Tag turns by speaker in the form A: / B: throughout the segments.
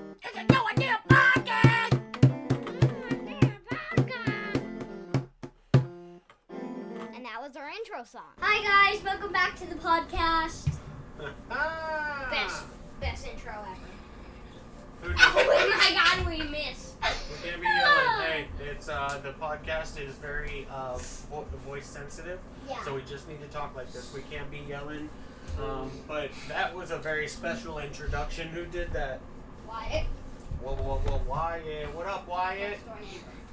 A: can do a damn podcast.
B: And that was our intro song.
C: Hi guys, welcome back to the podcast.
B: Best, best intro ever.
D: Who
B: Oh
D: knew?
B: my god, we missed.
D: We're gonna be yelling. Hey, it's uh, the podcast is very uh, vo- voice sensitive,
C: Yeah.
D: so we just need to talk like this. We can't be yelling. Um, but that was a very special introduction. Who did that?
B: Wyatt.
D: Whoa, whoa, whoa, Wyatt! What up, Wyatt?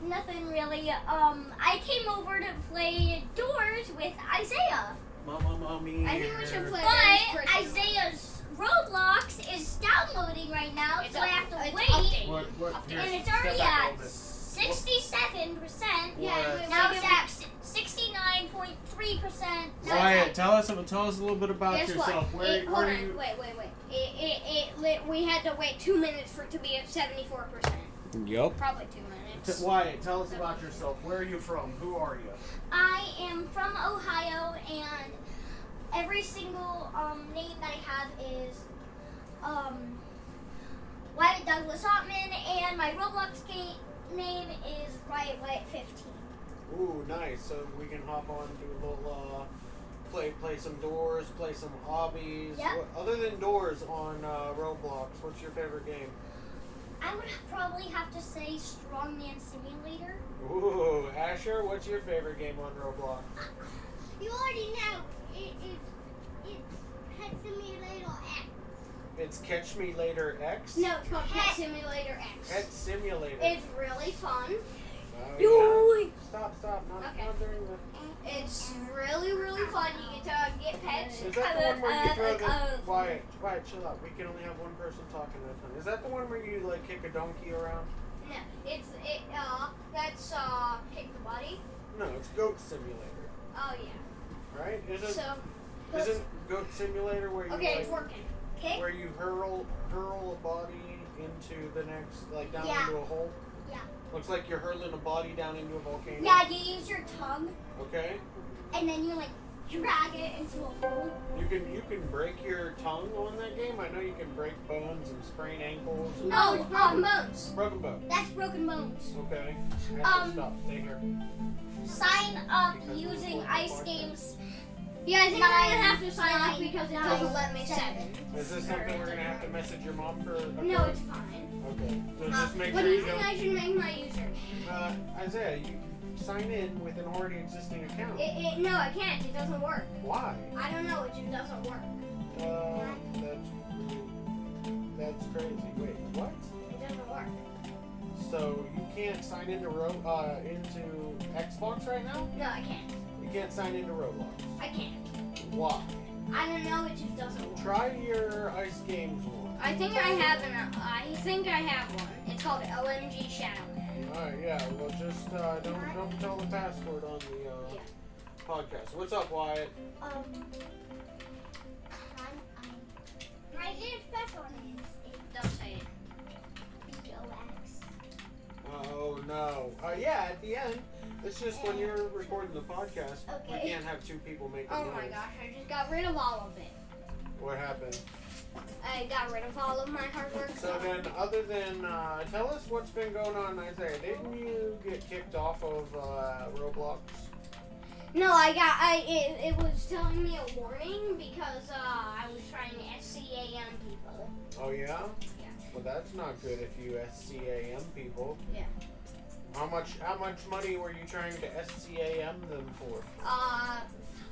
C: Nothing really. Um, I came over to play Doors with Isaiah,
D: Mama, mommy.
B: I think we should play
C: but
B: this person.
C: Isaiah's Roblox is downloading right now,
B: It's
C: so I
B: up-
C: have to
B: it's
C: wait.
B: updating.
D: What, what, here,
C: And it's
D: step
C: already
D: back a
C: at
D: little bit.
C: sixty-seven percent.
D: Yeah,
B: Yeah,
D: What?
C: Now it's at sixty-nine point three percent.
D: Wyatt, tell us, tell us a little bit about
B: Guess
D: yourself.
B: what?
D: Where,
B: it,
D: where
B: hold
D: are
B: on,
D: you?
B: wait, wait, wait. It, it, it, lit- we had to wait two minutes for it to be at 74%.
E: Yep.
B: Probably two
D: T-
B: minutes.
D: Wyatt, tell us about yourself. Where are you from? Who are you?
C: I am from Ohio, and every single um, name that I have is um, Wyatt Douglas Ottman, and my Roblox game name is Riot Wyatt 15.
D: Ooh, nice. So we can hop on do a little uh, play, play some doors, play some hobbies.
C: Yeah.
D: What, other than doors on uh, Roblox, what's your favorite game?
C: I would probably have to say Strongman Simulator.
D: Ooh, Asher, what's your favorite game on Roblox?
C: You already know it, it, it's Pet Simulator X.
D: It's Catch Me Later X.
B: No, it's called Pet
C: Heck.
B: Simulator X.
D: Pet Simulator.
B: It's really fun.
D: Oh,
C: Yo!
D: yeah. Stop! Stop! Not,
B: Okay.
D: not during the.
B: It's really, really fun. You get to get pets.
D: Is that the one where you
B: uh,
D: throw
B: like,
D: the
B: uh,
D: quiet, quiet, chill out. We can only have one person talking at a time. Is that the one where you like kick a donkey around?
B: No, it's it. Uh, that's uh, kick the body.
D: No, it's Goat Simulator,
B: Oh yeah.
D: right? Isn't
B: So
D: isn't Goat Simulator where you
B: okay,
D: like,
B: it's working. Okay.
D: where you hurl hurl a body into the next like down
C: Yeah.
D: into a hole?
C: Yeah.
D: Looks like you're hurling a body down into a volcano.
C: Yeah, you use your tongue,
D: Okay.
C: and then you like drag it into a hole.
D: You can you can break your tongue on that game. I know you can break bones and sprain ankles. And
C: No. um,
B: Oh, broken bones.
D: Broken bone.
C: That's broken bones.
D: Okay. Asher,
C: Um,
D: stop. Stay here.
C: Sign up using ice games.
B: Yeah, I think
C: Nine,
B: I'm gonna have to sign up
C: nine,
B: because it
C: nine,
B: doesn't let me
C: seven.
B: seven.
D: Is this something we're gonna have to message your mom for? Okay.
B: No, it's fine.
D: Okay. So
B: Uh,
D: just make
B: what
D: sure
B: do
D: you
B: you think
D: don't.
B: I should make my username?
D: Uh, Isaiah, you sign in with an already existing account.
B: It, it, no, I can't. It doesn't work.
D: Why?
B: I don't know. It just doesn't work.
D: Uh, that's that's crazy. Wait, what?
B: It doesn't work.
D: So you can't sign into Ro- uh, into Xbox right now?
B: No, I can't.
D: You can't sign into Roblox.
B: I can't.
D: Why?
B: I don't know. It just doesn't work.
D: Try your ice games one.
B: I think I have an. I think I have one. It's called OMG Shadowman.
D: Alright, yeah. Well, just uh, don't don't tell the password on the uh,
B: Yeah.
D: podcast. What's up, Wyatt?
C: Um, I'm, I'm, my little special name is
B: Don't say it.
C: B-O-X.
D: Oh no. Uh, yeah, at the end. It's just when you're recording the podcast, we
C: Okay.
D: can't have two people making
B: Oh
D: noise.
B: my gosh, I just got rid of all of it.
D: What happened?
B: I got rid of all of my hard work.
D: So then, other than uh, tell us what's been going on, Isaiah. Didn't you get kicked off of uh, Roblox?
B: No, I got I it, it was telling me a warning because uh, I was trying to SCAM people.
D: Oh yeah.
B: Yeah.
D: Well, that's not good if you SCAM people.
B: Yeah.
D: How much? How much money were you trying to SCAM them for?
B: Uh,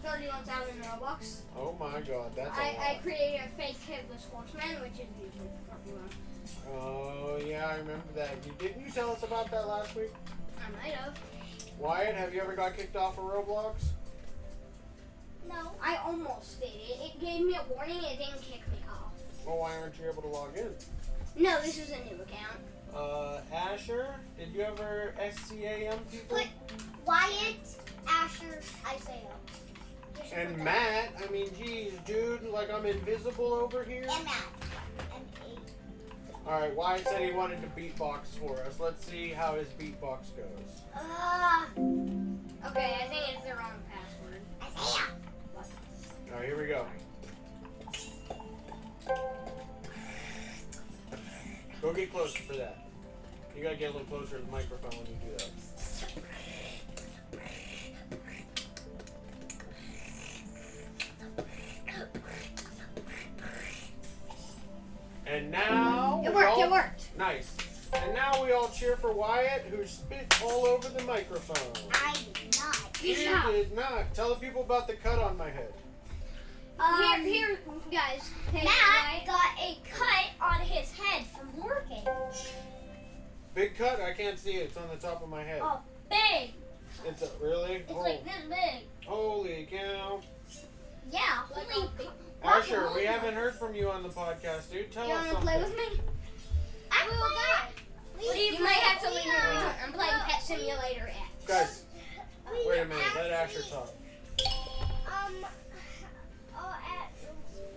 B: thirty-one thousand Robux.
D: Oh my God, that's a
B: I, I
D: lot.
B: created a fake Headless Horseman, which is usually for everyone.
D: oh yeah, I remember that. You, didn't you tell us about that last week?
B: I might have.
D: Wyatt, have you ever got kicked off of Roblox?
B: No, I almost did it. It gave me a warning. It didn't kick me off.
D: Well, why aren't you able to log in?
B: No, this is a new account.
D: Uh, Asher, did you ever SCAM people?
C: Wait. Wyatt, Asher, Isaiah. Just
D: And
C: put that-
D: Matt, I mean, geez, dude, like I'm invisible over here.
C: And Matt. And eight.
D: All right, Wyatt said he wanted to beatbox for us. Let's see how his beatbox goes.
C: Uh,
B: Ah. Okay, I think it's the wrong password.
C: Isaiah.
D: All right, here we go. Go get closer for that. You gotta get a little closer to the microphone when you do that. And now
B: It
D: we
B: worked,
D: all-
B: it worked.
D: Nice. And now we all cheer for Wyatt, who spit all over the microphone.
C: I did not.
D: You
B: Good job.
D: did not. Tell the people about the cut on my head.
C: Um,
B: here, here, guys. Hey,
C: Matt
B: guys.
C: got a cut on his head from working.
D: Big cut. I can't see it. It's on the top of my head.
C: Oh, big.
D: It's a, really.
C: It's
D: Hol-
C: like this big.
D: holy cow!
C: Yeah.
B: Like
C: holy
B: a big-
C: co-
D: Asher,
C: guacamole.
D: we haven't heard from you on the podcast, dude. Tell
B: You
D: us
B: wanna
D: something.
B: play with me?
C: I will not.
B: You, might have to leave me. alone. I'm playing Pet Simulator X.
D: Guys, wait a minute. Let Asher talk.
C: Um, oh, at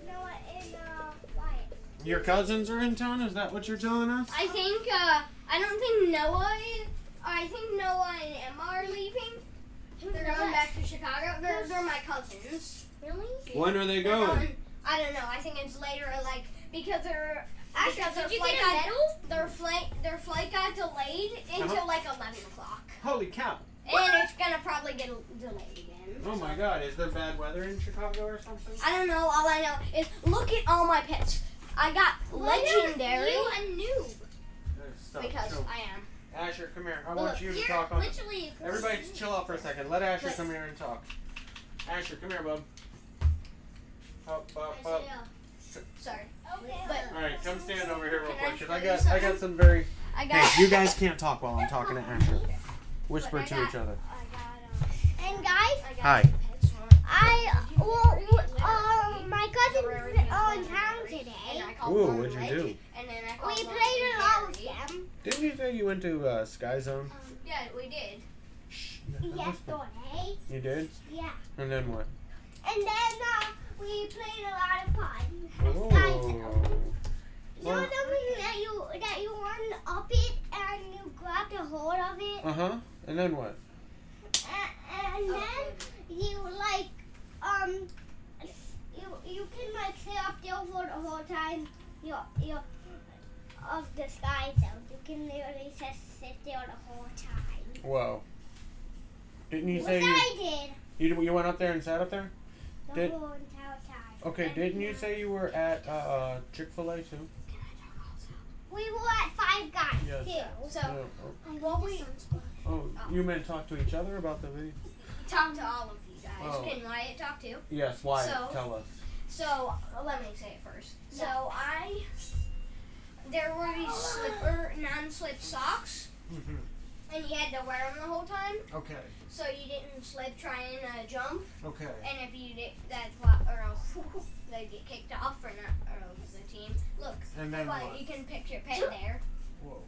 C: Noah and uh, Wyatt.
D: Your cousins are in town. Is that what you're telling us?
B: I think uh, I don't think Noah is. I think Noah and Emma are leaving. They're going back to Chicago. They're, they're my cousins.
C: Really?
D: When are they
B: They're
D: going?
B: going- I don't know. I think it's later, like because they're
C: Asher,
B: because their
C: did you
B: flight
C: get a
B: got
C: medal?
B: their flight their flight got delayed until like 11 o'clock,
D: Holy cow!
B: and it's gonna probably get delayed again.
D: Oh my God! Is there bad weather in Chicago or something?
B: I don't know. All I know is look at all my pets. I got legendary
C: You a noob.
D: There's stuff.
B: because
D: Oh, So,
B: I am.
D: Asher, come here. I want
B: Look,
D: you to
C: You're
D: talk on.
C: literally.
D: Everybody, chill out for a second. Let Asher
B: Look.
D: come here and talk. Asher, come here, bub. Up, up, up.
B: Sorry,
C: Okay.
B: But-
D: All right, come stand over here real
B: Can I
D: quick. 'cause I
B: show you
D: got, I got some very.
B: I got.
D: Hey, you guys can't talk while I'm talking to Asher. Whisper
B: Look, I
D: to
B: got-
D: each other.
B: I got. Um,
C: and guys,
B: I got
D: Hi.
B: pets on-
C: I well, uh, my cousins are in town today.
B: And I called
D: Ooh,
B: Mom
D: what'd you
B: Rich,
D: do?
B: And then I
C: We
B: called Mom
C: played a
B: and
C: lot with
B: Gary.
C: them.
D: Didn't you say you went to uh, Sky Zone?
B: Yeah, we did.
D: Shh.
C: Yesterday.
D: You did?
C: Yeah.
D: And then what?
C: And then uh, we played a lot of fun.
D: Oh.
C: You know something that you that you run up it and you grabbed a hold of it,
D: Uh huh. And then what?
C: and, and then you like um you you can like stay up there for the whole time. You you of the sky zone. You can literally just sit there the whole time.
D: Whoa. Didn't you
C: Which
D: say you,
C: I did
D: you you went up there and sat up there?
C: the
D: Did-
C: whole entire time.
D: Okay.
C: And
D: Didn't you
C: now-
D: say you were at uh, uh, Chick Fil A too?
C: We were at Five Guys
D: Yes.
C: too.
B: So
D: Yeah.
B: what we
D: Oh, you meant talk to each other about the video?
B: talked to all of you guys.
D: Oh.
B: Can Wyatt talk too?
D: Yes, why?
B: So-
D: Tell us.
B: So uh, let me say it first. So I, there were these slipper, non-slip socks, and you had to wear them the whole time,
D: Mm-hmm. Okay,
B: so you didn't slip trying to jump.
D: okay.
B: And if you did, that's what, or else they get kicked off for not, or else the team. Look,
D: And then
B: Wyatt,
D: what?
B: you can pick your pet there.
D: Whoa.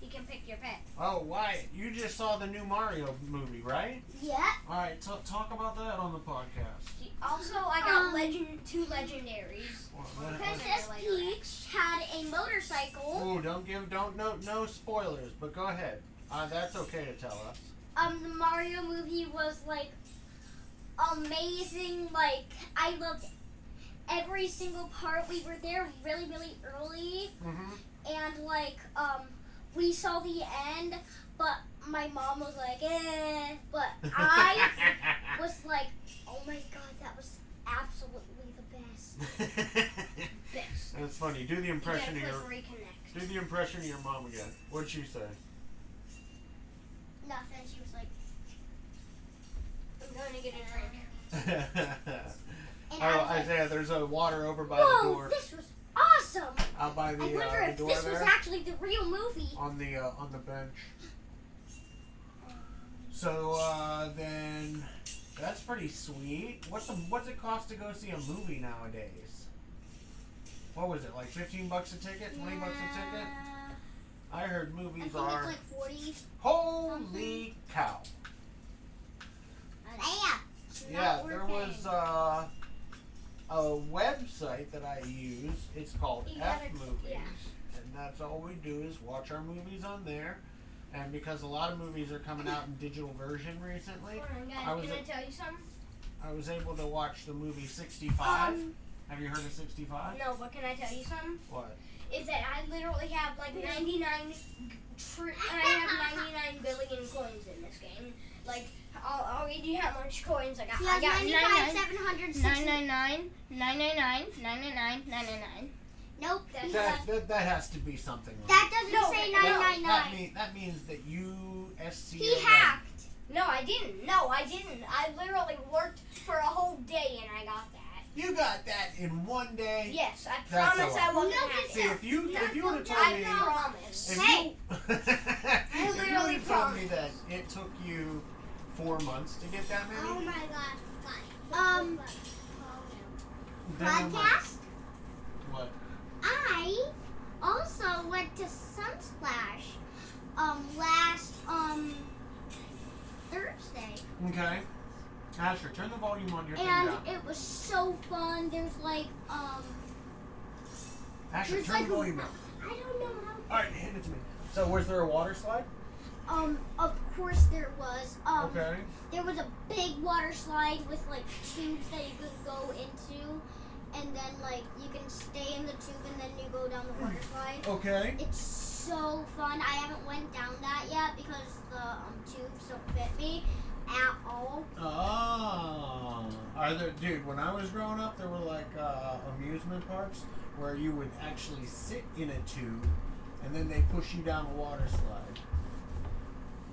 B: You can pick your pet.
D: Oh, Wyatt, you just saw the new Mario movie, right?
C: Yeah.
D: All right, t- talk about that on the podcast.
B: He- Also, I got
C: Um,
B: legend two legendaries.
D: Well, let it- let-
C: Princess Peach had a motorcycle.
D: Ooh, don't give, don't no, no spoilers. But go ahead. Uh, that's okay to tell us.
C: Um, the Mario movie was like amazing. Like I loved every single part. We were there really, really early,
D: Mm-hmm.
C: and like um, we saw the end. But my mom was like, "eh," but I was like, "Oh my god, that was absolutely the best."
B: This.
D: that's funny. Do
B: You
D: the
B: gotta
D: impression of
B: click
D: your,
B: reconnect.
D: do the impression of your mom again. What'd she say?
C: Nothing. She was like,
B: I'm going to get a drink.
C: and I
D: Oh,
C: was like,
D: Isaiah, there's a water over by the
C: "Whoa,
D: door,
C: this was awesome!"
D: out by
C: I
D: the,
C: wonder
D: uh, the
C: if
D: door
C: this was
D: there,
C: actually the real movie.
D: on the uh, on the bench. So uh, then, that's pretty sweet. What's the, what's it cost to go see a movie nowadays? What was it like? Fifteen bucks a ticket? Twenty bucks a ticket? I heard
C: I
D: movies
C: think
D: are
C: it's like 40.
D: holy cow.
C: Yeah.
D: Yeah, there was uh, a website that I use. It's called
B: You
D: F
B: gotta-
D: Movies,
B: yeah.
D: and that's all we do is watch our movies on there. And because a lot of movies are coming out in digital version recently,
B: Hold on, guys.
D: I was
B: Can I
D: a-
B: tell you something?
D: I was able
B: Um,
D: to watch the movie 65. Have you heard of 65?
B: No, but can I tell you something?
D: What?
B: is that I literally have like 99 tr- I have 99 billion coins in this game. Like, I'll, I'll read you how much coins I got.
C: He
B: I
C: has
B: got
C: 95,
B: 99
C: 760.
B: 999, 999, 999, 999.
C: Nope.
B: That's
C: he has-
D: That, that, that has to be something. wrong.
C: That doesn't
B: No,
C: say
B: no,
D: No,
C: 999.
D: That, mean, that means that you SC.
C: he hacked.
B: No, I didn't. No, I didn't. I literally worked for a whole day and I got that.
D: You got that in one day.
B: Yes, I
D: That's
B: promise
D: a
B: I wasn't
C: No,
B: happy.
D: See if you
B: No,
D: if you would have
C: no,
D: told
B: I
D: me
B: promise.
D: if
C: Hey.
D: you if you
B: literally
D: would've told me that it took you four months to get that many,
C: Oh my god. Um,
D: then I'm like,
C: podcast?
D: What?
C: I also went to Sunsplash um last um Thursday.
D: Okay. Asher, turn the volume on your
C: And
D: thing down.
C: it was so fun. There's like um
D: Asher,
C: there's
D: turn
C: like
D: the volume up.
C: I don't know how
D: All right, hand it to me. So, was there a water slide?
C: um of course there was. Um
D: okay.
C: there was a big water slide with like tubes that you could go into and then like you can stay in the tube and then you go down the water slide.
D: Okay.
C: It's so fun. I haven't went down that yet because the um, tubes don't fit me at all.
D: Oh. Are there, dude? When I was growing up, there were like uh, amusement parks where you would actually sit in a tube, and then they push you down a water slide.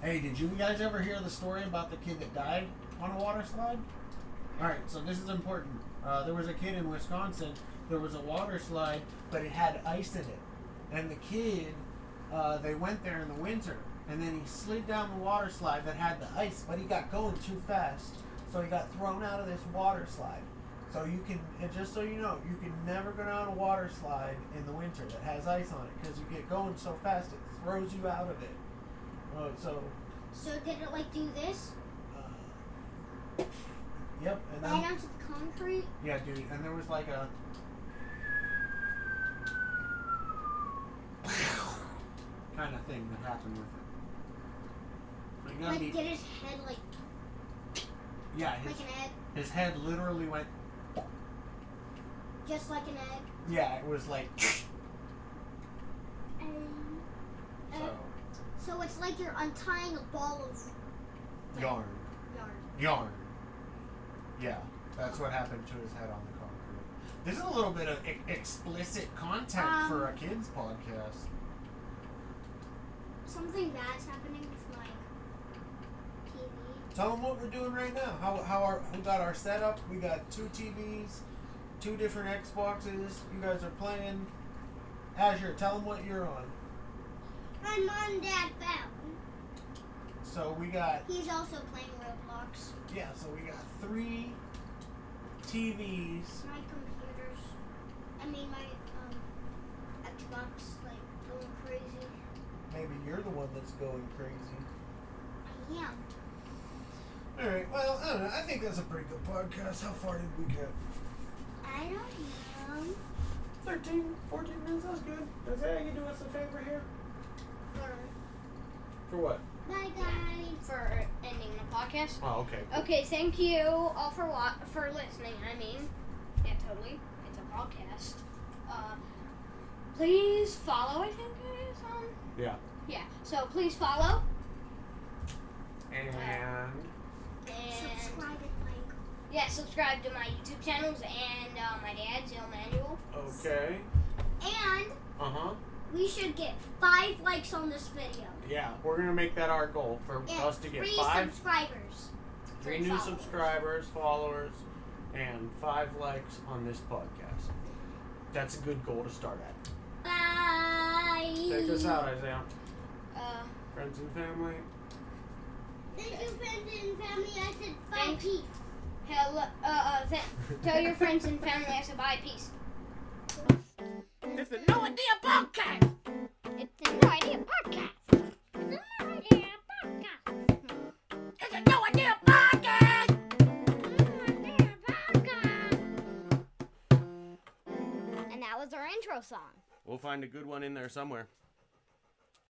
D: Hey, did you guys ever hear the story about the kid that died on a water slide? All right, so this is important. Uh, there was a kid in Wisconsin. There was a water slide, but it had ice in it, and the kid, uh, they went there in the winter, and then he slid down the water slide that had the ice, but he got going too fast, so he got thrown out of this water slide. So you can, and just so you know, you can never go down a water slide in the winter that has ice on it because you get going so fast it throws you out of it. Uh, so,
C: So did it like do this?
D: uh, yep, and then.
C: Right onto the concrete?
D: Yeah, dude, and there was like a. kind of thing that happened with it. Like,
C: Like
D: that'd be-
C: did his head like
D: yeah, his,
C: like an egg?
D: his head literally went.
C: Just like an egg?
D: Yeah, it was like.
C: Um,
D: So,
C: so it's like you're untying a ball of
D: yarn.
C: yarn.
D: Yarn. Yeah, that's what happened to his head on the concrete. This is a little bit of e- explicit content for
C: Um,
D: a kids podcast.
C: Something bad's happening with my TV.
D: Tell them what we're doing right now. How, how our we got our setup. We got two TVs, two different Xboxes. You guys are playing. Azure, tell them what you're on.
C: My mom and dad found.
D: So we got
C: He's also playing Roblox.
D: yeah. So we got three TVs.
C: My computers. I mean my um Xbox like going crazy.
D: Maybe you're the one that's going crazy.
C: Yeah.
D: All right. Well, I don't know. I think that's a pretty good podcast. How far did we get?
C: I don't know.
D: 13, 14 minutes. That's good. Does that you do us a favor here? For what?
C: Bye guys.
B: For ending the podcast.
D: Oh, okay.
B: Okay, thank you all for wa- for listening. I mean, yeah, totally. It's a podcast. Uh, please follow. I think it is. Um,
D: Yeah.
B: yeah. So please follow
D: And
B: and
C: Subscribe and like.
B: yeah, subscribe to my YouTube channels and uh, my dad's Il Manual.
D: okay.
C: And
D: Uh huh.
C: we should get five likes on this video.
D: Yeah, we're gonna make that our goal for
C: And
D: us to get
C: three
D: five,
C: subscribers.
D: three new
B: followers.
D: subscribers, followers, and five likes on this podcast. That's a good goal to start at.
C: Bye.
D: Take us out, Isaiah.
B: Uh,
D: Friends and family.
C: Thank you, friends and family. I said bye.
B: Thanks.
C: Peace.
B: hello. Uh, uh th- tell your friends and family I said bye. Peace.
A: It's a no idea podcast.
B: It's a no idea podcast.
A: It's a no idea podcast.
B: And that was our intro song.
E: We'll find a good one in there somewhere.